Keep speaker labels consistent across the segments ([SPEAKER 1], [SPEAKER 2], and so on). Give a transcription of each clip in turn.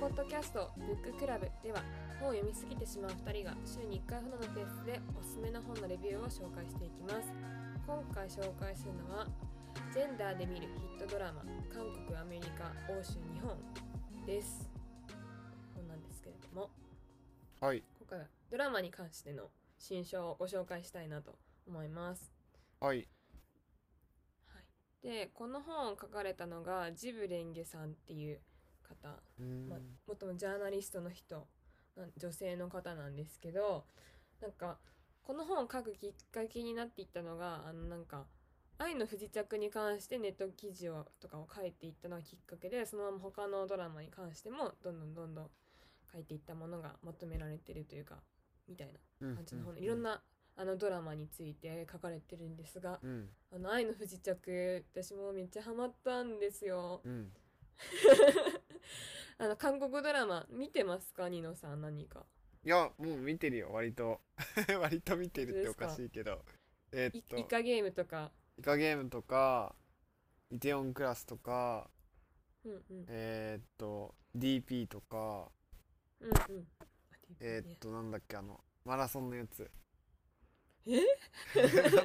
[SPEAKER 1] ポッドキャスト「ブッククラブ」では本を読みすぎてしまう2人が週に1回ほどのペースでおすすめの本のレビューを紹介していきます今回紹介するのは「ジェンダーで見るヒットドラマ韓国アメリカ欧州日本」です本なんですけれども
[SPEAKER 2] はい
[SPEAKER 1] 今回はドラマに関しての新書をご紹介したいなと思います
[SPEAKER 2] はい
[SPEAKER 1] はい、でこの本を書かれたのがジブレンゲさんっていう方、
[SPEAKER 2] うー
[SPEAKER 1] まあ
[SPEAKER 2] ん、
[SPEAKER 1] 元のジャーナリストの人なん女性の方なんですけどなんかこの本を書くきっかけになっていったのがあのなんか愛の不時着に関してネット記事をとかを書いていったのがきっかけでそのまま他のドラマに関してもどんどんどんどん書いていったものがまとめられてるというかみたいな
[SPEAKER 2] うん
[SPEAKER 1] 感じの本でいろんなあのドラマについて書かれてるんですが
[SPEAKER 2] うん
[SPEAKER 1] あの愛の不時着私もめっちゃハマったんですよ
[SPEAKER 2] うん
[SPEAKER 1] あの韓国ドラマ見てますかニノさん何か
[SPEAKER 2] いやもう見てるよ割と 割と見てるっておかしいけどえ
[SPEAKER 1] い
[SPEAKER 2] ーっと
[SPEAKER 1] イカゲームとか
[SPEAKER 2] イカゲームとかイテオンクラスとか
[SPEAKER 1] うんうん
[SPEAKER 2] えーっと DP とか
[SPEAKER 1] うんうんあ
[SPEAKER 2] えーっとなんだっけあのマラソンのやつ
[SPEAKER 1] え
[SPEAKER 2] なんだっ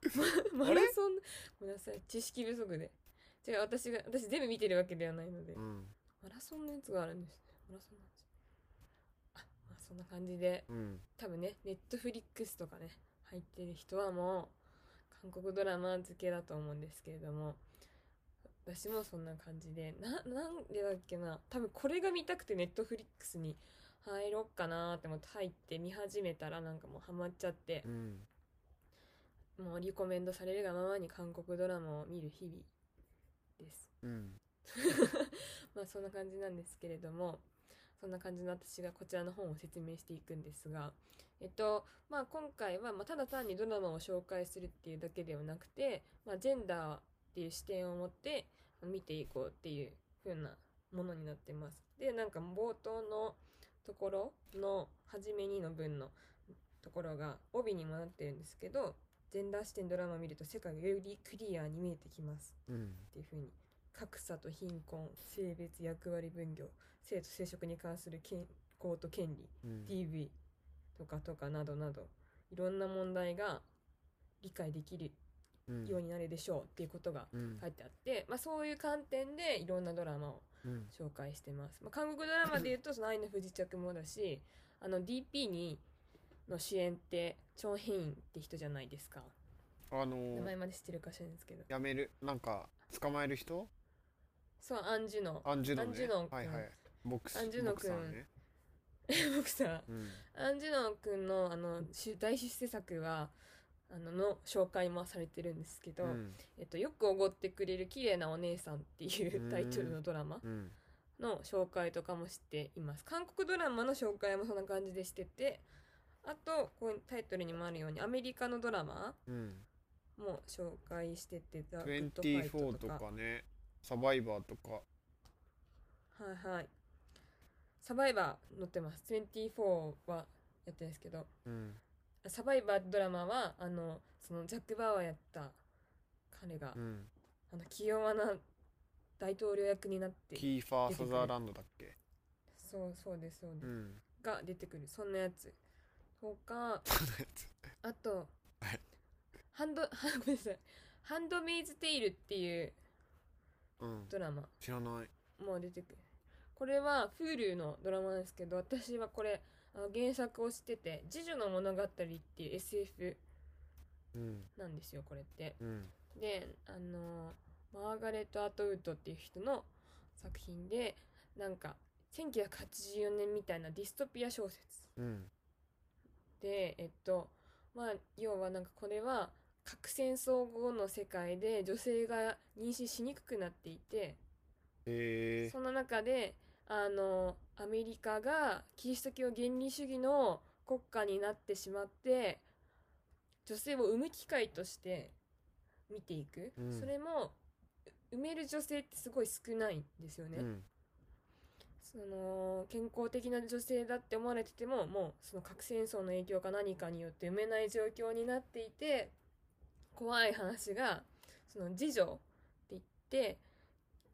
[SPEAKER 2] け
[SPEAKER 1] マラソンごめんなさい知識不足で違う私が私全部見てるわけではないので
[SPEAKER 2] うん
[SPEAKER 1] マラソンのやつがあるんですねマラソンのやつあまあそんな感じで
[SPEAKER 2] うん
[SPEAKER 1] 多分ねネットフリックスとかね入ってる人はもう韓国ドラマ付けだと思うんですけれども私もそんな感じでななんでだっけな多分これが見たくてネットフリックスに入ろっかなーって思って入って見始めたらなんかもうハマっちゃって
[SPEAKER 2] うん
[SPEAKER 1] もうリコメンドされるがままに韓国ドラマを見る日々です
[SPEAKER 2] うん
[SPEAKER 1] まあそんな感じなんですけれどもそんな感じの私がこちらの本を説明していくんですが、えっとまあ、今回はまあただ単にドラマを紹介するっていうだけではなくて、まあ、ジェンダーっていう視点を持って見ていこうっていう風なものになってます。でなんか冒頭のところの初めにの文のところが帯にもなってるんですけどジェンダー視点ドラマを見ると世界がよりクリアに見えてきます。
[SPEAKER 2] うん
[SPEAKER 1] っていうふうに格差と貧困性別役割分業性と生殖に関する健康と権利
[SPEAKER 2] うん
[SPEAKER 1] DV とかとかなどなどいろんな問題が理解できる
[SPEAKER 2] うん
[SPEAKER 1] ようになるでしょうっていうことが
[SPEAKER 2] うん
[SPEAKER 1] 書いてあって、まあ、そういう観点でいろんなドラマを
[SPEAKER 2] うん
[SPEAKER 1] 紹介してます、まあ、韓国ドラマでいう と「その愛の不時着」もだしあの DP にの主演ってチョン・ヘインって人じゃないですか
[SPEAKER 2] あのー
[SPEAKER 1] 名前まで知ってるか知らないですけど
[SPEAKER 2] やめるなんか捕まえる人
[SPEAKER 1] そうアンジュの
[SPEAKER 2] アンジュノ
[SPEAKER 1] ア
[SPEAKER 2] ン
[SPEAKER 1] ンジ
[SPEAKER 2] ね
[SPEAKER 1] ュノン君
[SPEAKER 2] はいはいボクス
[SPEAKER 1] アンジュノン君
[SPEAKER 2] ボクサーね
[SPEAKER 1] ボクサー
[SPEAKER 2] うん
[SPEAKER 1] アンジュノン君のあのし大出世作はあのの紹介もされてるんですけど、
[SPEAKER 2] うん
[SPEAKER 1] えっと、よくおごってくれる綺麗なお姉さんっていううんタイトルのドラマ
[SPEAKER 2] うん
[SPEAKER 1] の紹介とかもしています韓国ドラマの紹介もそんな感じでしててあとこうタイトルにもあるようにアメリカのドラマ
[SPEAKER 2] うん
[SPEAKER 1] も紹介してて「ザ・グッドファイト」
[SPEAKER 2] 24とかねサバイバーとか
[SPEAKER 1] はいはいサバイバー載ってます24はやってないですけど
[SPEAKER 2] うん
[SPEAKER 1] サバイバードラマはあのそのジャック・バウアーやった彼が、
[SPEAKER 2] うん
[SPEAKER 1] あの器用な大統領役になって
[SPEAKER 2] キーファー・サザーランドだっけ
[SPEAKER 1] そうそうですそうです、
[SPEAKER 2] うん
[SPEAKER 1] が出てくるそんなやつとか
[SPEAKER 2] そのやつ
[SPEAKER 1] あと、
[SPEAKER 2] はい
[SPEAKER 1] ハンド はごめんなさい「ハンドメイズ・テイル」っていう
[SPEAKER 2] うん
[SPEAKER 1] ドラマ
[SPEAKER 2] 知らない
[SPEAKER 1] も出てくるこれは Hulu のドラマなんですけど私はこれあの原作をしてて「次女の物語」っていう SF
[SPEAKER 2] うん
[SPEAKER 1] なんですよこれって
[SPEAKER 2] うん
[SPEAKER 1] であのマーガレット・アトウッドっていう人の作品でなんか1984年みたいなディストピア小説
[SPEAKER 2] うん
[SPEAKER 1] でえっとまあ要はなんかこれは核戦争後の世界で女性が妊娠しにくくなっていて
[SPEAKER 2] えー
[SPEAKER 1] そんな中であのアメリカがキリスト教原理主義の国家になってしまって女性を産む機会として見ていく、
[SPEAKER 2] うん
[SPEAKER 1] それもう産める女性ってすごい少ないんですよね、
[SPEAKER 2] うん
[SPEAKER 1] その健康的な女性だって思われててももうその核戦争の影響か何かによって産めない状況になっていて怖い話がその次女って言って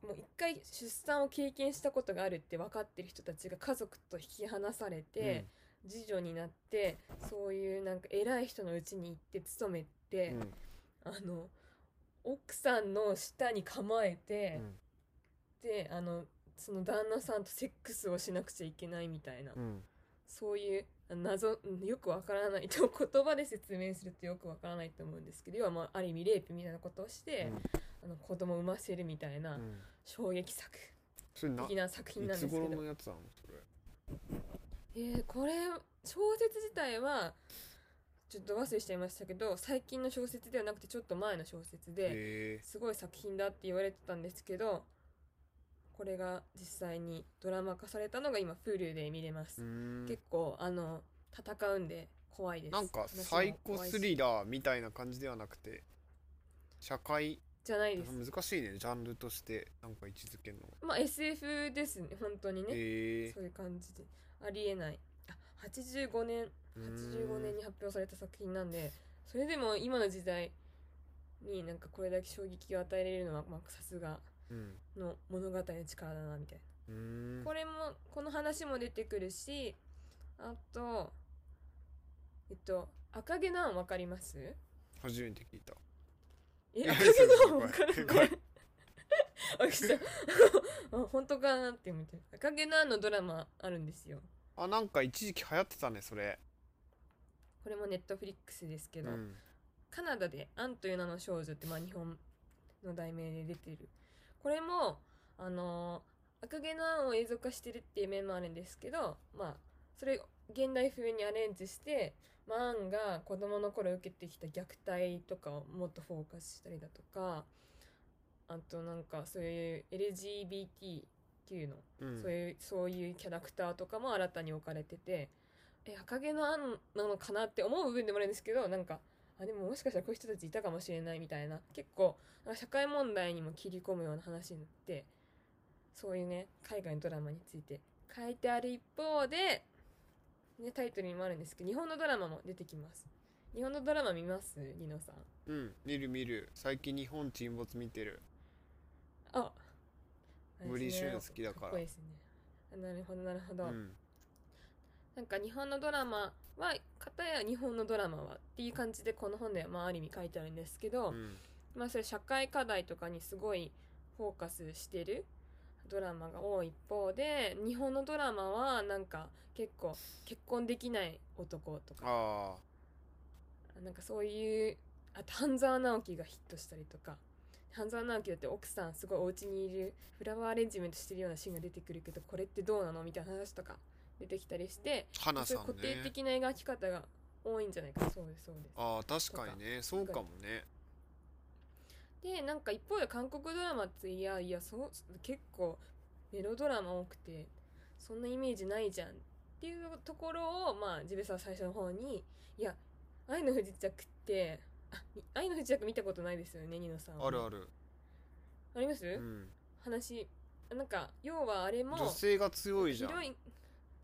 [SPEAKER 1] もう一回出産を経験したことがあるって分かってる人たちが家族と引き離されて、次女になってそういうなんか偉い人のうちに行って勤め
[SPEAKER 2] う
[SPEAKER 1] て
[SPEAKER 2] ん、うん
[SPEAKER 1] あの奥さんの下に構えて、であのその旦那さんとセックスをしなくちゃいけないみたいな、
[SPEAKER 2] うん
[SPEAKER 1] そういう謎よくわからないと 言葉で説明するとよくわからないと思うんですけど要は、まあ、ある意味レイプみたいなことをして、あの子供を産ませるみたい
[SPEAKER 2] うんう
[SPEAKER 1] なん衝撃作
[SPEAKER 2] それな
[SPEAKER 1] 的な作品
[SPEAKER 2] い
[SPEAKER 1] なん
[SPEAKER 2] つ
[SPEAKER 1] ですけど
[SPEAKER 2] 頃、のやつなのそれ
[SPEAKER 1] えーこれ小説自体はちょっと忘れしちゃいましたけど最近の小説ではなくてちょっと前の小説で。
[SPEAKER 2] へえ
[SPEAKER 1] すごい作品だって言われてたんですけどこれが実際にドラマ化されたのが今 Hulu で見れま
[SPEAKER 2] う
[SPEAKER 1] す、
[SPEAKER 2] ーん
[SPEAKER 1] 結構あの戦うんで怖いです
[SPEAKER 2] なんかサイコスリラーみたいな感じではなくて社会
[SPEAKER 1] じゃないです
[SPEAKER 2] 難しいねジャンルとしてなんか位置づけるの
[SPEAKER 1] まあ SF ですね本当にね、
[SPEAKER 2] へえ
[SPEAKER 1] そういう感じでありえないあ85年
[SPEAKER 2] うーん
[SPEAKER 1] 85年に発表された作品なんでそれでも今の時代になんかこれだけ衝撃を与えられるのはまあさすが
[SPEAKER 2] うん
[SPEAKER 1] の物語の力だなみたいな
[SPEAKER 2] うーん
[SPEAKER 1] これもこの話も出てくるしあとえっと赤毛のアンわかります
[SPEAKER 2] 初めて聞いた
[SPEAKER 1] え
[SPEAKER 2] や
[SPEAKER 1] 赤毛のアン
[SPEAKER 2] そう
[SPEAKER 1] わかる
[SPEAKER 2] これ
[SPEAKER 1] ねあ来た あ本当かなって思って赤毛のアンのドラマあるんですよ
[SPEAKER 2] あなんか一時期流行ってたねそれ
[SPEAKER 1] これもネットフリックスですけ
[SPEAKER 2] う
[SPEAKER 1] ど、
[SPEAKER 2] ん
[SPEAKER 1] カナダで「アンという名の少女」ってまあ日本の題名で出てるこれもあのー赤毛のアンを映像化してるっていう面もあるんですけどまあそれを現代風にアレンジして、まあ、アンが子供の頃受けてきた虐待とかをもっとフォーカスしたりだとかあとなんかそういう LGBTQ の
[SPEAKER 2] うん
[SPEAKER 1] そういうそういうキャラクターとかも新たに置かれててえ赤毛のアンなのかなって思う部分でもあるんですけどなんかあでももしかしたらこういう人たちいたかもしれないみたいな結構なんか社会問題にも切り込むような話になってそういうね海外のドラマについて書いてある一方で、ね、タイトルにもあるんですけど日本のドラマも出てきます日本のドラマ見ますニノさん
[SPEAKER 2] うん見る見る最近日本沈没見てる
[SPEAKER 1] ああれですね
[SPEAKER 2] ブリシューン好きだから
[SPEAKER 1] っこいいですねあなるほどなるほ
[SPEAKER 2] う
[SPEAKER 1] ど、
[SPEAKER 2] ん
[SPEAKER 1] なんか日本のドラマは片や日本のドラマはっていう感じでこの本ではまあある意味書いてあるんですけど、
[SPEAKER 2] うん
[SPEAKER 1] まあそれ社会課題とかにすごいフォーカスしてるドラマが多い一方で日本のドラマはなんか結構結婚できない男とか
[SPEAKER 2] ああ
[SPEAKER 1] なんかそういうあと半沢直樹がヒットしたりとか半沢直樹だって奥さんすごいお家にいるフラワーアレンジメントしてるようなシーンが出てくるけどこれってどうなのみたいな話とか出てきたりして
[SPEAKER 2] 花
[SPEAKER 1] そう
[SPEAKER 2] さ
[SPEAKER 1] いうん固定
[SPEAKER 2] ね
[SPEAKER 1] 的な描き方が多いんじゃないかそうですそうです
[SPEAKER 2] ああ確かにねそうかもね
[SPEAKER 1] でなんか一方で韓国ドラマっていやいやそう結構メロドラマ多くてそんなイメージないじゃんっていうところをまあジベさん最初の方に「いや愛の不時着」ってあ愛の不時着見たことないですよねニノさんは
[SPEAKER 2] あるある
[SPEAKER 1] あります、
[SPEAKER 2] うん
[SPEAKER 1] 話なんか要はあれも
[SPEAKER 2] 女性が強いじゃ
[SPEAKER 1] ヒロイ
[SPEAKER 2] ん
[SPEAKER 1] ン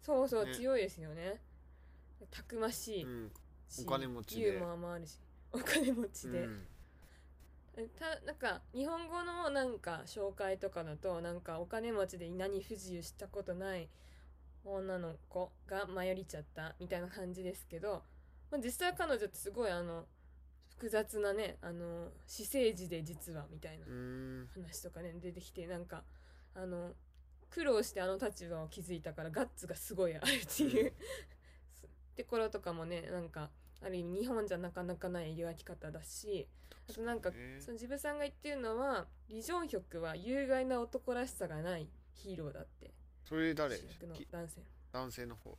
[SPEAKER 1] そうそう、
[SPEAKER 2] ね
[SPEAKER 1] 強いですよねたくましい
[SPEAKER 2] うん
[SPEAKER 1] し、
[SPEAKER 2] お金持ちで
[SPEAKER 1] ユーモアもあるしお金持ちで、
[SPEAKER 2] うん
[SPEAKER 1] たなんか日本語のなんか紹介とかだとなんかお金持ちで何不自由したことない女の子が迷りちゃったみたいな感じですけど、まあ、実際彼女ってすごいあの複雑なねあの私生児で実はみたいな
[SPEAKER 2] うーん
[SPEAKER 1] 話とかね出てきてなんかあの苦労してあの立場を築いたからガッツがすごいあるっていう うところとかもねなんかある意味日本じゃなかなかない描き方だしあとなんか
[SPEAKER 2] ね
[SPEAKER 1] その自分さんが言ってるのはリ・ジョンヒョクは有害な男らしさがないヒーローだって
[SPEAKER 2] それ誰
[SPEAKER 1] 主役の
[SPEAKER 2] き
[SPEAKER 1] 男性
[SPEAKER 2] 男性の方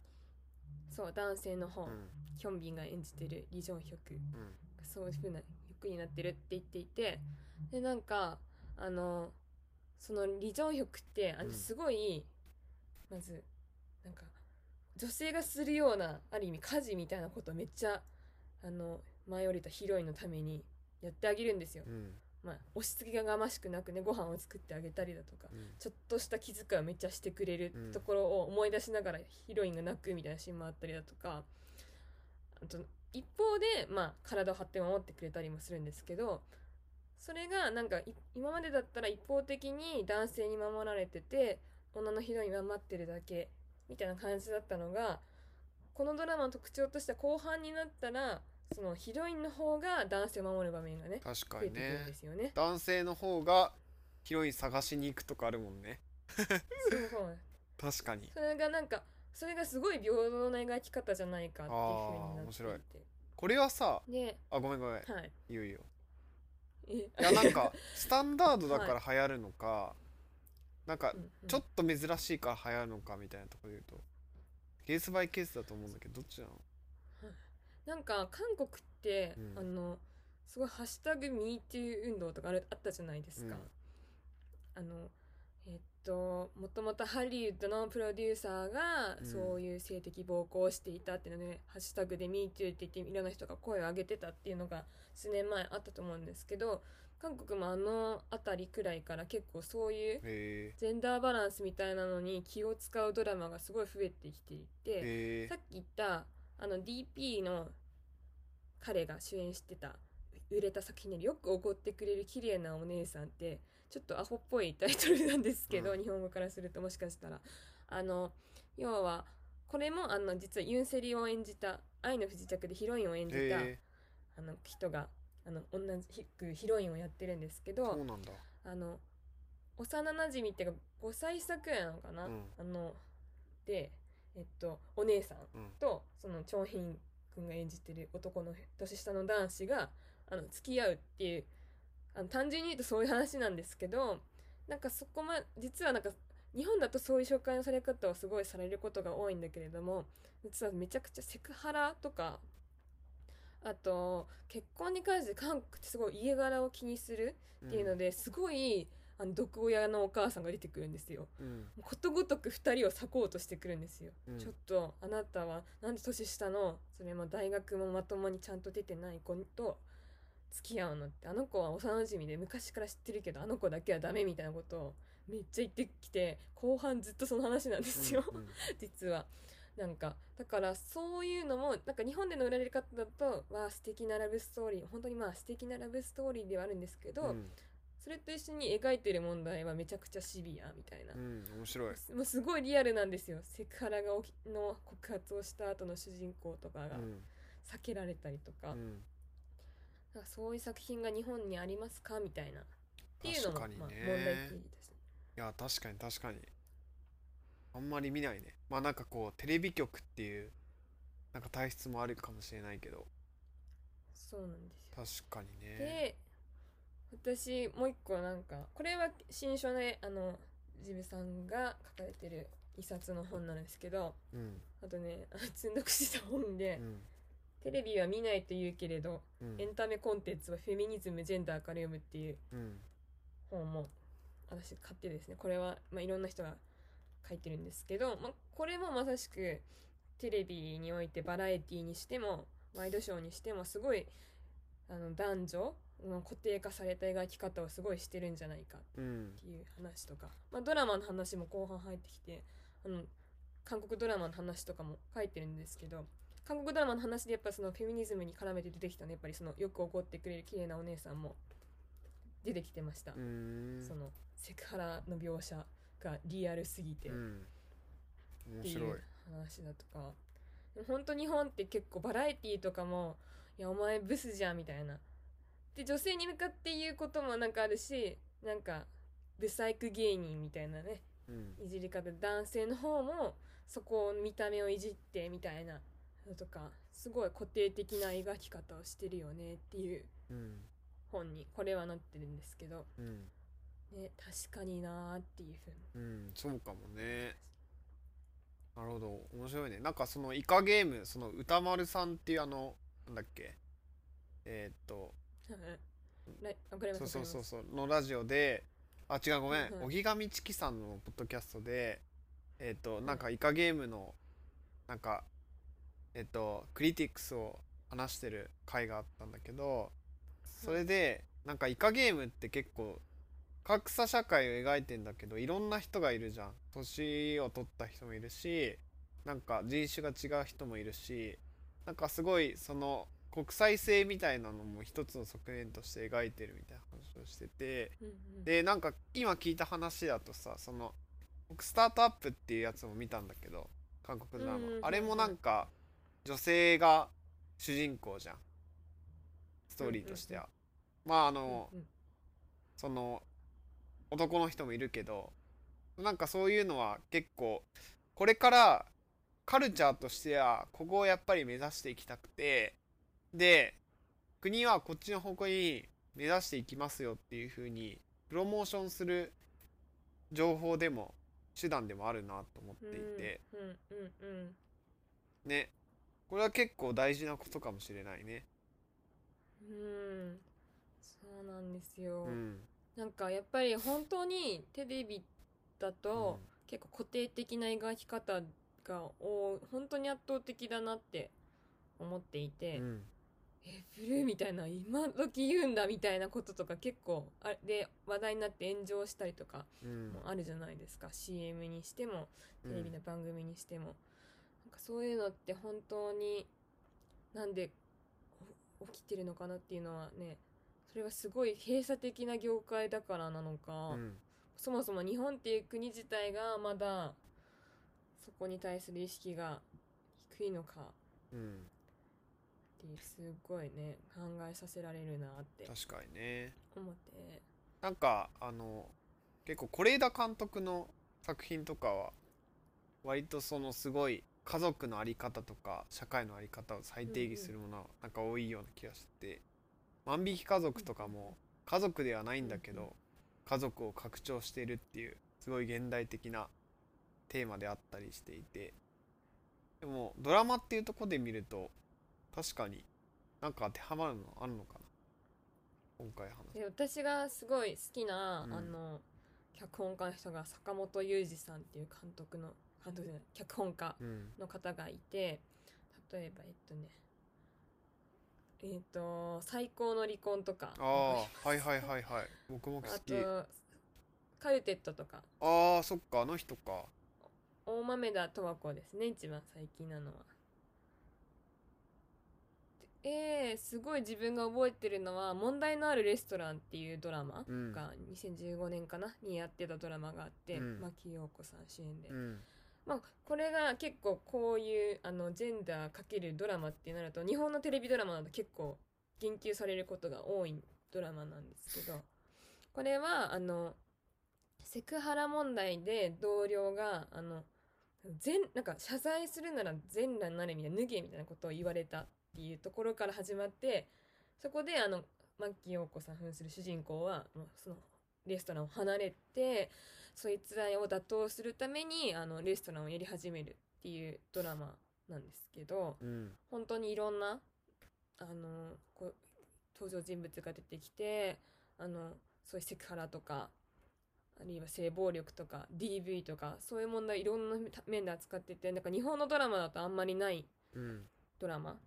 [SPEAKER 1] そう男性の方、
[SPEAKER 2] うん
[SPEAKER 1] ヒョンビンが演じてるリ・ジョンヒョク
[SPEAKER 2] うん
[SPEAKER 1] そういうふうな役になってるって言っていてでなんかあのそのリ・ジョンヒョクってあ
[SPEAKER 2] う
[SPEAKER 1] の
[SPEAKER 2] ん
[SPEAKER 1] すごい、まずなんか女性がするようなある意味家事みたいなことをめっちゃあの舞い降りたヒロインのためにやってあげるんですよ、
[SPEAKER 2] うん
[SPEAKER 1] まあ、押し付けががましくなくねご飯を作ってあげたりだとか
[SPEAKER 2] うん
[SPEAKER 1] ちょっとした気遣いをめっちゃしてくれる
[SPEAKER 2] うん
[SPEAKER 1] ところを思い出しながらヒロインが泣くみたいなシーンもあったりだとかあと一方で、まあ、体を張って守ってくれたりもするんですけどそれがなんかい今までだったら一方的に男性に守られてて女の人に守ってるだけみたいな感じだったのがこのドラマの特徴としては後半になったらそのヒロインの方が男性を守る場面がね
[SPEAKER 2] 確
[SPEAKER 1] 増
[SPEAKER 2] か
[SPEAKER 1] え
[SPEAKER 2] に
[SPEAKER 1] てくるん
[SPEAKER 2] ね
[SPEAKER 1] ですよね。
[SPEAKER 2] 男性の方がヒロイン探しに行くとかあるもんね
[SPEAKER 1] そうそうなんです
[SPEAKER 2] 確かに
[SPEAKER 1] それがなんかそれがすごい平等な描き方じゃないかっていうふうになっていて
[SPEAKER 2] あー面これはさ
[SPEAKER 1] で、
[SPEAKER 2] あごめんごめん
[SPEAKER 1] はい、
[SPEAKER 2] 言うよ
[SPEAKER 1] え
[SPEAKER 2] いやなんかスタンダードだから流行るのか、なんか
[SPEAKER 1] うんうん
[SPEAKER 2] ちょっと珍しいから流行るのかみたいなところで言うとケースバイケースだと思うんだけどどっちなの
[SPEAKER 1] なんか韓国って、
[SPEAKER 2] うん
[SPEAKER 1] あのすごい「ハッシュタグ #MeToo 運動」とかあるあったじゃないですか。
[SPEAKER 2] うん
[SPEAKER 1] あのえっともともとハリウッドのプロデューサーが
[SPEAKER 2] うん
[SPEAKER 1] そういう性的暴行をしていたっていうので「ハッシュタグで #MeToo」って言っていろんな人が声を上げてたっていうのが数年前あったと思うんですけど韓国もあの辺りくらいから結構そういう
[SPEAKER 2] へ
[SPEAKER 1] ジェンダーバランスみたいなのに気を使うドラマがすごい増えてきていて。
[SPEAKER 2] えへえ
[SPEAKER 1] さっき言ったあの DP の彼が主演してた売れた作品でよく怒ってくれる綺麗なお姉さんってちょっとアホっぽいタイトルなんですけど、
[SPEAKER 2] うん
[SPEAKER 1] 日本語からするともしかしたらあの要はこれもあの実はユン・セリを演じた「愛の不時着」でヒロインを演じた、
[SPEAKER 2] へえ
[SPEAKER 1] あの人があの同じくヒロインをやってるんですけど、
[SPEAKER 2] そうなんだ
[SPEAKER 1] あの幼なじみっていうか5歳差くらいなのかな、
[SPEAKER 2] うん
[SPEAKER 1] あのでえっとお姉さん
[SPEAKER 2] うん
[SPEAKER 1] とそのチョンヒン君が演じてる男の年下の男子があの付き合うっていうあの単純に言うとそういう話なんですけどなんかそこま実はなんか日本だとそういう紹介のされ方をすごいされることが多いんだけれども実はめちゃくちゃセクハラとかあと結婚に関して韓国ってすごい家柄を気にするっていうのですごいあの毒親のお母さんが出てくるんですよ。
[SPEAKER 2] うん
[SPEAKER 1] ことごとく2人を裂こうとしてくるんですよ。
[SPEAKER 2] うん
[SPEAKER 1] ちょっとあなたはなんで年下のそれも大学もまともにちゃんと出てない子と付き合うのってあの子は幼馴染で昔から知ってるけどあの子だけはダメみたいなことをめっちゃ言ってきて後半ずっとその話なんですよ、
[SPEAKER 2] うんうん
[SPEAKER 1] 実は。なんかだからそういうのもなんか日本での売られ方だとは素敵なラブストーリー本当にまあ素敵なラブストーリーではあるんですけど、
[SPEAKER 2] うん
[SPEAKER 1] それと一緒に描いてる問題はめちゃくちゃシビアみたいな
[SPEAKER 2] うん面白い
[SPEAKER 1] もうすごいリアルなんですよセクハラが起きの告発をした後の主人公とかが
[SPEAKER 2] うん
[SPEAKER 1] 避けられたりとか,、
[SPEAKER 2] うん
[SPEAKER 1] なんかそういう作品が日本にありますかみたいなっていうのも、
[SPEAKER 2] 確かに
[SPEAKER 1] まあ、問題
[SPEAKER 2] ね
[SPEAKER 1] 定義ですね
[SPEAKER 2] いや確かに確かにあんまり見ないねまあなんかこうテレビ局っていうなんか体質もあるかもしれないけど
[SPEAKER 1] そうなんですよ
[SPEAKER 2] 確かにね
[SPEAKER 1] で私もう一個なんかこれは新書であのジブさんが書かれてる一冊の本なんですけど
[SPEAKER 2] うん
[SPEAKER 1] あとね あの積んどくした本
[SPEAKER 2] う
[SPEAKER 1] で、
[SPEAKER 2] ん
[SPEAKER 1] テレビは見ないと言うけれど
[SPEAKER 2] うん
[SPEAKER 1] エンタメコンテンツはフェミニズムジェンダーから読むっていう
[SPEAKER 2] うん
[SPEAKER 1] 本も私買ってですねこれは、まあ、いろんな人が書いてるんですけど、まあ、これもまさしくテレビにおいてバラエティにしてもワイドショーにしてもすごいあの男女の固定化された描き方をすごいしてるんじゃないか
[SPEAKER 2] うん
[SPEAKER 1] っていう話とか、まあ、ドラマの話も後半入ってきてあの韓国ドラマの話とかも書いてるんですけど韓国ドラマの話でやっぱそのフェミニズムに絡めて出てきたねやっぱりそのよく怒ってくれる綺麗なお姉さんも出てきてました
[SPEAKER 2] う、ん
[SPEAKER 1] そのセクハラの描写がリアルすぎてっ
[SPEAKER 2] うん面
[SPEAKER 1] てい
[SPEAKER 2] 白いう
[SPEAKER 1] 話だとか、でも本当日本って結構バラエティーとかも「いやお前ブスじゃん」みたいなで女性に向かって言うこともなんかあるしなんかブサイク芸人みたいなね
[SPEAKER 2] うん
[SPEAKER 1] いじり方男性の方もそこを見た目をいじってみたいなのとかすごい固定的な描き方をしてるよねっていう
[SPEAKER 2] うん
[SPEAKER 1] 本にこれはなってるんですけど、
[SPEAKER 2] うん
[SPEAKER 1] ね、確かになーっていうふうに
[SPEAKER 2] うんそうかもねなるほど面白いねなんかそのイカゲームその歌丸さんっていうあのなんだっけえーっと
[SPEAKER 1] ライわかります
[SPEAKER 2] そうそうそう
[SPEAKER 1] わか
[SPEAKER 2] そうのラジオであ違うごめん
[SPEAKER 1] うんうん
[SPEAKER 2] 荻上チキさんのポッドキャストでえっ、と
[SPEAKER 1] ん
[SPEAKER 2] なんかイカゲームのなんかえっ、とクリティックスを話してる回があったんだけどそれでなんかイカゲームって結構格差社会を描いてんだけどいろんな人がいるじゃん年を取った人もいるしなんか人種が違う人もいるしなんかすごいその国際性みたいなのも一つの側面として描いてるみたいな話をしてて
[SPEAKER 1] うんうん
[SPEAKER 2] でなんか今聞いた話だとさその僕スタートアップっていうやつも見たんだけど韓国ドラマ、
[SPEAKER 1] うんうんうんうん
[SPEAKER 2] あれもなんか女性が主人公じゃんストーリーとしては、まああの、
[SPEAKER 1] うんうん
[SPEAKER 2] その男の人もいるけどなんかそういうのは結構これからカルチャーとしてはここをやっぱり目指していきたくてで国はこっちの方向に目指していきますよっていう風にプロモーションする情報でも手段でもあるなと思っていて、
[SPEAKER 1] うんうんうん
[SPEAKER 2] ねこれは結構大事なことかもしれないね。
[SPEAKER 1] うんうんそうなんですよ、
[SPEAKER 2] うん
[SPEAKER 1] なんかやっぱり本当にテレビだと
[SPEAKER 2] うん
[SPEAKER 1] 結構固定的な描き方が多い本当に圧倒的だなって思っていて、
[SPEAKER 2] うん
[SPEAKER 1] えブルーみたいな今時言うんだみたいなこととか結構あで話題になって炎上したりとか
[SPEAKER 2] うん
[SPEAKER 1] もあるじゃないですか、CM にしても
[SPEAKER 2] う
[SPEAKER 1] テレビ
[SPEAKER 2] ん
[SPEAKER 1] の番組にしても、なんかそういうのって本当になんでお起きてるのかなっていうのはねそれはすごい閉鎖的な業界だからなのか、
[SPEAKER 2] うん
[SPEAKER 1] そもそも日本っていう国自体がまだそこに対する意識が低いのか
[SPEAKER 2] うん
[SPEAKER 1] っていうすごいね考えさせられるなって
[SPEAKER 2] 確かにね。
[SPEAKER 1] 思って
[SPEAKER 2] なんかあの結構是枝監督の作品とかは割とそのすごい家族の在り方とか社会の在り方を再定義するものはなんか多いような気がしてて「万引き家族」とかも家族ではないんだけ
[SPEAKER 1] うんう
[SPEAKER 2] ど家族を拡張してるっていうすごい現代的なテーマであったりしていてでもドラマっていうとこで見ると確かになんか当てはまるのあるのかな今回話す
[SPEAKER 1] で私がすごい好きな、
[SPEAKER 2] うん
[SPEAKER 1] あの脚本家の人が坂本雄二さんっていう監督の監督じゃない脚本家
[SPEAKER 2] うん
[SPEAKER 1] の方がいて例えばえっとねえっ、と「最高の離婚」とか
[SPEAKER 2] ああはいはいはいはい 僕も好
[SPEAKER 1] あ
[SPEAKER 2] き
[SPEAKER 1] と「カルテット」とか
[SPEAKER 2] ああそっかあの人か
[SPEAKER 1] 大豆田十和子ですね一番最近なのは。えー、すごい自分が覚えてるのは「問題のあるレストラン」っていうドラマ
[SPEAKER 2] うん
[SPEAKER 1] が2015年かなにやってたドラマがあって、
[SPEAKER 2] うん
[SPEAKER 1] 牧陽子さん主演で、
[SPEAKER 2] うん
[SPEAKER 1] まあ、これが結構こういうあのジェンダーかけるドラマってなると日本のテレビドラマだと結構言及されることが多いドラマなんですけどこれはあのセクハラ問題で同僚があの全なんか謝罪するなら全裸になれみたいな脱げみたいなことを言われたっていうところから始まってそこであの牧陽子さん扮する主人公はもうそのレストランを離れてそいつらを打倒するためにあのレストランをやり始めるっていうドラマなんですけど
[SPEAKER 2] うん
[SPEAKER 1] 本当にいろんなあのこう登場人物が出てきてあのそういうセクハラとかあるいは性暴力とか DV とかそういう問題いろんな面で扱っててなんか日本のドラマだとあんまりない
[SPEAKER 2] うん
[SPEAKER 1] ドラマ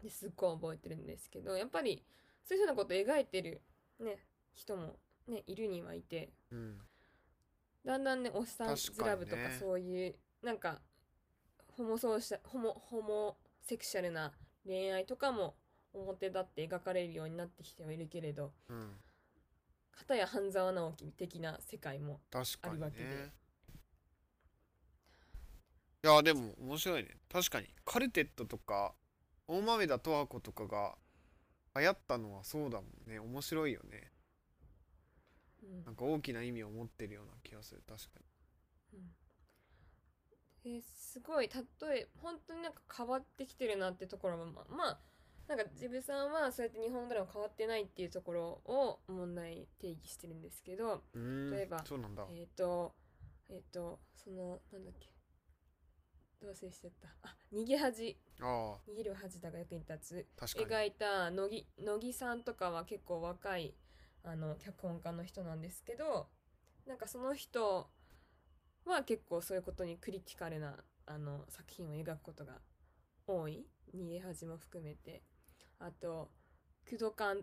[SPEAKER 1] ですっごい覚えてるんですけどやっぱりそういうふうなことを描いてる、ね、人も、ね、いるにはいて
[SPEAKER 2] うん
[SPEAKER 1] だんだんねおっさん
[SPEAKER 2] 確かにね
[SPEAKER 1] クラブとかそういう、なんかホモソーシャホモホモセクシャルな恋愛とかも表立って描かれるようになってきてはいるけれど
[SPEAKER 2] うん
[SPEAKER 1] 片や半沢直樹的な世界も
[SPEAKER 2] 確か
[SPEAKER 1] あ
[SPEAKER 2] に
[SPEAKER 1] るわ
[SPEAKER 2] ね
[SPEAKER 1] けで
[SPEAKER 2] いやでも面白いね確かにカルテットとか大豆田十和子とかが流行ったのはそうだもんね面白いよね
[SPEAKER 1] うん
[SPEAKER 2] なんか大きな意味を持ってるような気がする確か
[SPEAKER 1] うんですごい例え本当になんか変わってきてるなってところもまあ、まあ、なんかジブさんはそうやって日本ドラマ変わってないっていうところを問題定義してるんですけど
[SPEAKER 2] にうーん
[SPEAKER 1] 例えば
[SPEAKER 2] そうなんだ
[SPEAKER 1] えっ、とえっ、とそのなんだっけどうせしちゃったあ逃げ恥
[SPEAKER 2] ああ
[SPEAKER 1] 逃げる恥だが役に立つ
[SPEAKER 2] 確か
[SPEAKER 1] 描いた乃木乃木さんとかは結構若いあの脚本家の人なんですけどなんかその人は結構そういうことにクリティカルなあの作品を描くことが多い逃げ恥も含めてあと工藤官工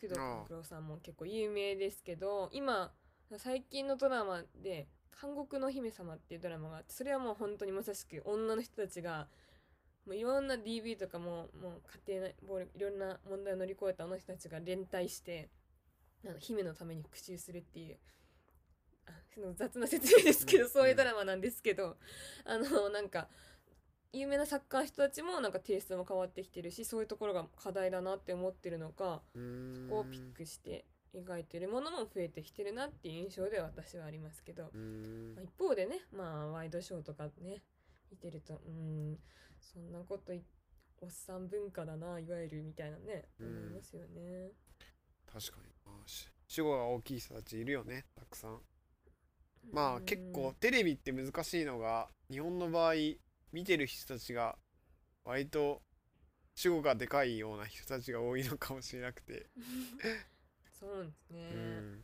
[SPEAKER 1] 藤官九郎さんも結構有名ですけど今最近のドラマで「監獄の姫様」っていうドラマがあってそれはもう本当にまさしく女の人たちがもういろんな DV とかももう家庭内暴力いろんな問題を乗り越えたあの人たちが連帯してあの姫のために復讐するっていうあその雑な説明ですけど、
[SPEAKER 2] うん
[SPEAKER 1] そういうドラマなんですけどあのなんか有名な作家の人たちもなんかテイストも変わってきてるしそういうところが課題だなって思ってるのか
[SPEAKER 2] うーん
[SPEAKER 1] そこをピックして描いてるものも増えてきてるなっていう印象では私はありますけど
[SPEAKER 2] うーん
[SPEAKER 1] まあ、一方でね、まあ、ワイドショーとかね見てるとうーんそんなこといおっさん文化だないわゆるみたいなね
[SPEAKER 2] うん
[SPEAKER 1] 思いますよね。
[SPEAKER 2] 確かになし主語が大きい人たちいるよねたくさんまあ
[SPEAKER 1] うん
[SPEAKER 2] 結構テレビって難しいのが日本の場合見てる人たちが割と主語がでかいような人たちが多いのかもしれなくて、
[SPEAKER 1] そうですね。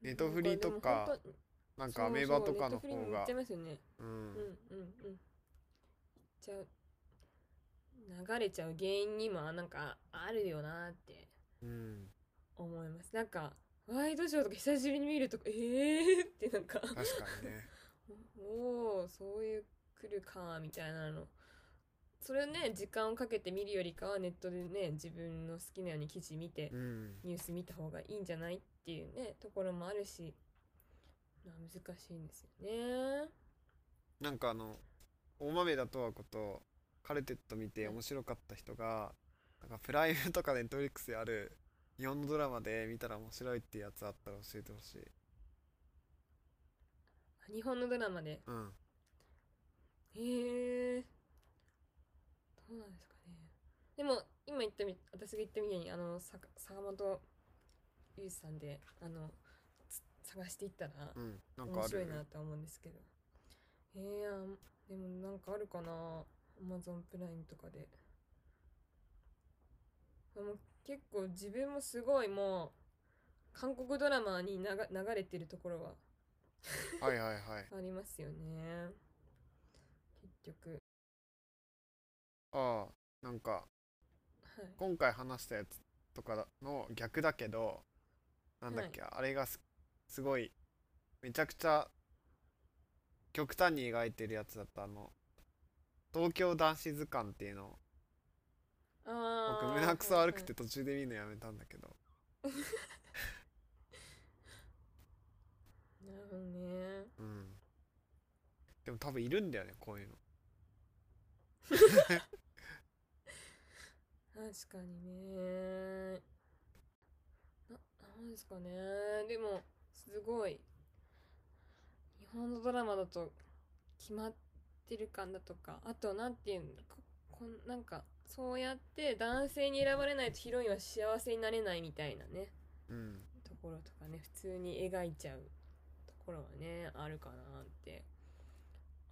[SPEAKER 2] ネトフリと
[SPEAKER 1] なん
[SPEAKER 2] か
[SPEAKER 1] でも本当
[SPEAKER 2] うんなんかアメーバとかの
[SPEAKER 1] そうそうネットフリも言っ
[SPEAKER 2] 方が
[SPEAKER 1] ちゃいますよね。
[SPEAKER 2] う
[SPEAKER 1] うんんうんうん。ちゃう流れちゃう原因にもなんかあるよなって
[SPEAKER 2] うん
[SPEAKER 1] 思います。なんかワイドショーとか久しぶりに見るとえーってなんか
[SPEAKER 2] 確かにね
[SPEAKER 1] おおそういう来るかみたいなのそれをね時間をかけて見るよりかはネットでね自分の好きなように記事見て
[SPEAKER 2] うん
[SPEAKER 1] ニュース見た方がいいんじゃないっていうねところもあるし、まあ、難しいんですよね
[SPEAKER 2] なんかあの大豆田とわ子とカルテット見て
[SPEAKER 1] うん
[SPEAKER 2] 面白かった人がなんかプライムとかネットフリックスである日本のドラマで見たら面白いってやつあったら教えてほしい
[SPEAKER 1] 日本のドラマで
[SPEAKER 2] うん
[SPEAKER 1] へえどうなんですかねでも今言ったみ私が言ったみたいにあのさ坂本龍一さんであのつ探していったら、
[SPEAKER 2] うんなんか
[SPEAKER 1] 面
[SPEAKER 2] あ
[SPEAKER 1] 白
[SPEAKER 2] る
[SPEAKER 1] いなとは思うんですけどえー、あんでもなんかあるかな Amazon プライムとかででも結構自分もすごいもう韓国ドラマに流流れてるところは
[SPEAKER 2] はいはいはい
[SPEAKER 1] ありますよね結局
[SPEAKER 2] ああなんか
[SPEAKER 1] はい
[SPEAKER 2] 今回話したやつとかの逆だけどなんだっけ、あれがすすごいめちゃくちゃ極端に描いてるやつだったあの東京男子図鑑っていうのを
[SPEAKER 1] あ
[SPEAKER 2] 僕
[SPEAKER 1] ー
[SPEAKER 2] 胸くそ悪く
[SPEAKER 1] は
[SPEAKER 2] て途中で見るのやめたんだけど
[SPEAKER 1] いはいなるほどね
[SPEAKER 2] うんでも多分いるんだよねこういうの
[SPEAKER 1] 確かにねななんですかねでもすごい日本のドラマだと決まってる感だとかあとなんていうんだここんなんかそうやって男性に選ばれないとヒロインは幸せになれないみたいなね
[SPEAKER 2] うん
[SPEAKER 1] ところとかね普通に描いちゃうところはねあるかなって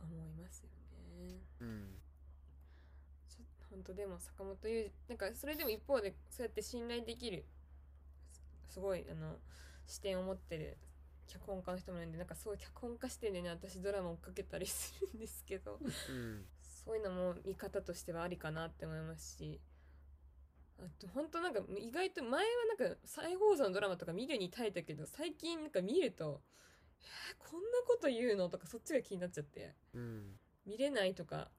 [SPEAKER 1] 思いますよね。
[SPEAKER 2] うん
[SPEAKER 1] ちょ本当でも坂本龍二なんかそれでも一方でそうやって信頼できるすすごいあの視点を持ってる脚本家の人もいるんでなんかそういう脚本家視点でね私ドラマを追っかけたりするんですけど
[SPEAKER 2] うん
[SPEAKER 1] そういうのも見方としてはありかなって思いますしあと本当なんか意外と前はなんか再放送のドラマとか見るに耐えたけど最近なんか見ると「えーこんなこと言うの?」とかそっちが気になっちゃって。
[SPEAKER 2] うん
[SPEAKER 1] 見れないとか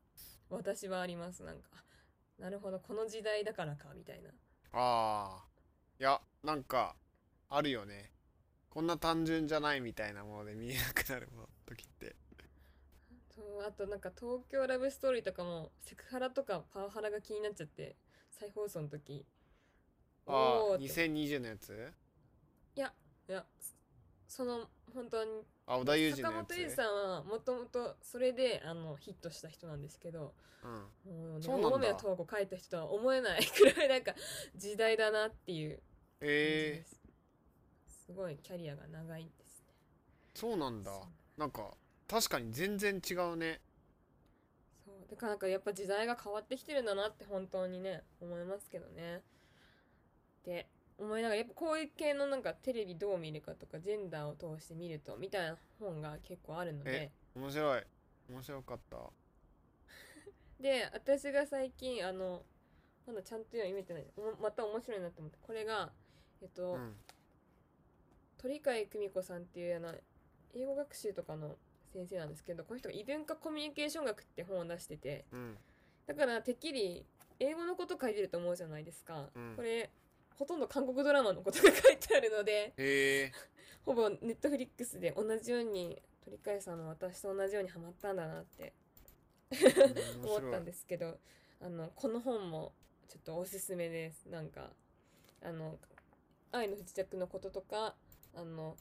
[SPEAKER 1] 私はありますなんかあなるほどこの時代だからかみたいな
[SPEAKER 2] ああいやなんかあるよねこんな単純じゃないみたいなもので見えなくなるもの時って
[SPEAKER 1] そうあとなんか「東京ラブストーリー」とかもセクハラとかパワハラが気になっちゃって再放送の時
[SPEAKER 2] あ
[SPEAKER 1] おー
[SPEAKER 2] あ
[SPEAKER 1] って
[SPEAKER 2] 2020のやつ
[SPEAKER 1] いやそその本当に
[SPEAKER 2] あ織田裕二
[SPEAKER 1] 坂
[SPEAKER 2] のや
[SPEAKER 1] 本龍二
[SPEAKER 2] つ
[SPEAKER 1] さんはもともとそれであのヒットした人なんですけど
[SPEAKER 2] うん
[SPEAKER 1] もうね
[SPEAKER 2] そうなんだ
[SPEAKER 1] 大豆田十和子書いた人とは思えない くらいなんか時代だなっていう感じ
[SPEAKER 2] え
[SPEAKER 1] で
[SPEAKER 2] え
[SPEAKER 1] す、すごいキャリアが長いですね
[SPEAKER 2] そうなんだ
[SPEAKER 1] そう
[SPEAKER 2] なんか確かに全然違うね
[SPEAKER 1] そうだからなんかやっぱ時代が変わってきてるんだなって本当にね思いますけどね。って思いながらやっぱこういう系のなんかテレビどう見るかとかジェンダーを通して見るとみたいな本が結構あるので
[SPEAKER 2] 面白い面白かった
[SPEAKER 1] で私が最近あのまだちゃんと読めてないおもまた面白いなと思ってこれがえっと、
[SPEAKER 2] うん
[SPEAKER 1] 鳥飼久美子さんっていうあの英語学習とかの先生なんですけどこの人が異文化コミュニケーション学って本を出してて
[SPEAKER 2] うん
[SPEAKER 1] だからてっきり英語のこと書いてると思うじゃないですか、
[SPEAKER 2] うん
[SPEAKER 1] これほとんど韓国ドラマのことが書いてあるので
[SPEAKER 2] へえ
[SPEAKER 1] ほぼネットフリックスで同じように鳥飼さんも私と同じようにハマったんだなって
[SPEAKER 2] 面
[SPEAKER 1] 思った
[SPEAKER 2] 白
[SPEAKER 1] んで
[SPEAKER 2] い
[SPEAKER 1] すけどあのこの本もちょっとおすすめですなんかあの愛の不時着のこととかあの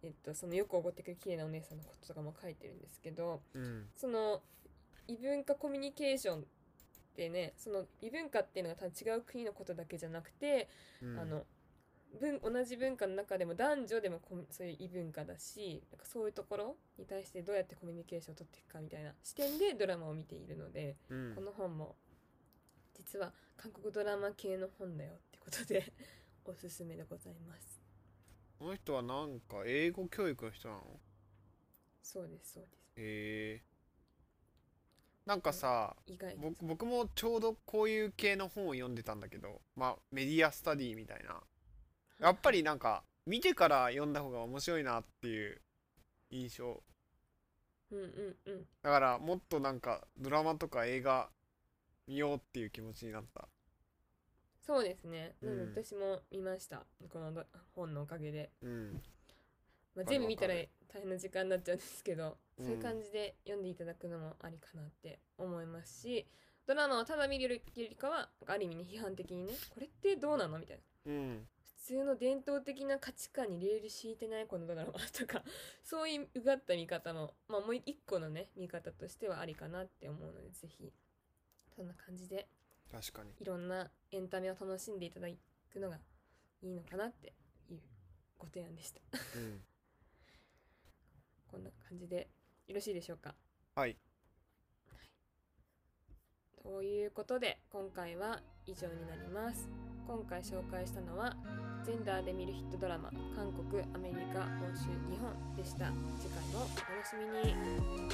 [SPEAKER 1] えっとそのよくおごってくる綺麗なお姉さんのこととかも書いてるんですけど
[SPEAKER 2] うん
[SPEAKER 1] その異文化コミュニケーションってねその異文化っていうのが多分違う国のことだけじゃなくて、
[SPEAKER 2] うん
[SPEAKER 1] あの文同じ文化の中でも男女でもコミそういう異文化だしなんかそういうところに対してどうやってコミュニケーションを取っていくかみたいな視点でドラマを見ているので、
[SPEAKER 2] うん
[SPEAKER 1] この本も実は韓国ドラマ系の本だよってことで おすすめでございます
[SPEAKER 2] この人はなんか英語教育の人なの
[SPEAKER 1] そうですそうで
[SPEAKER 2] へえなんかさ
[SPEAKER 1] す意外に
[SPEAKER 2] 僕僕もちょうどこういう系の本を読んでたんだけどまあメディアスタディみたいなやっぱりなんか見てから読んだ方が面白いなっていう印象
[SPEAKER 1] うんうんうん
[SPEAKER 2] だからもっとなんかドラマとか映画見ようっていう気持ちになった
[SPEAKER 1] そうですね、なので
[SPEAKER 2] うん
[SPEAKER 1] 私も見ましたこのど本のおかげで、
[SPEAKER 2] うん
[SPEAKER 1] まあ、
[SPEAKER 2] わかる
[SPEAKER 1] 全部見たら
[SPEAKER 2] わかる
[SPEAKER 1] 大変な時間になっちゃうんですけど、
[SPEAKER 2] うん
[SPEAKER 1] そういう感じで読んでいただくのもありかなって思いますしドラマをただ見るよりかはある意味ね批判的にねこれってどうなのみたいな
[SPEAKER 2] うん
[SPEAKER 1] 普通の伝統的な価値観にレール敷いてないこのドラマとか そういううがった見方も、まあ、もう一個のね見方としてはありかなって思うのでぜひそんな感じで
[SPEAKER 2] 確かに
[SPEAKER 1] いろんなエンタメを楽しんでいただくのがいいのかなっていうご提案でした
[SPEAKER 2] うん
[SPEAKER 1] こんな感じでよろしいでしょうか
[SPEAKER 2] はい
[SPEAKER 1] ということで今回は以上になります今回紹介したのはジェンダーで見るヒットドラマ韓国アメリカ欧州日本でした次回もお楽しみに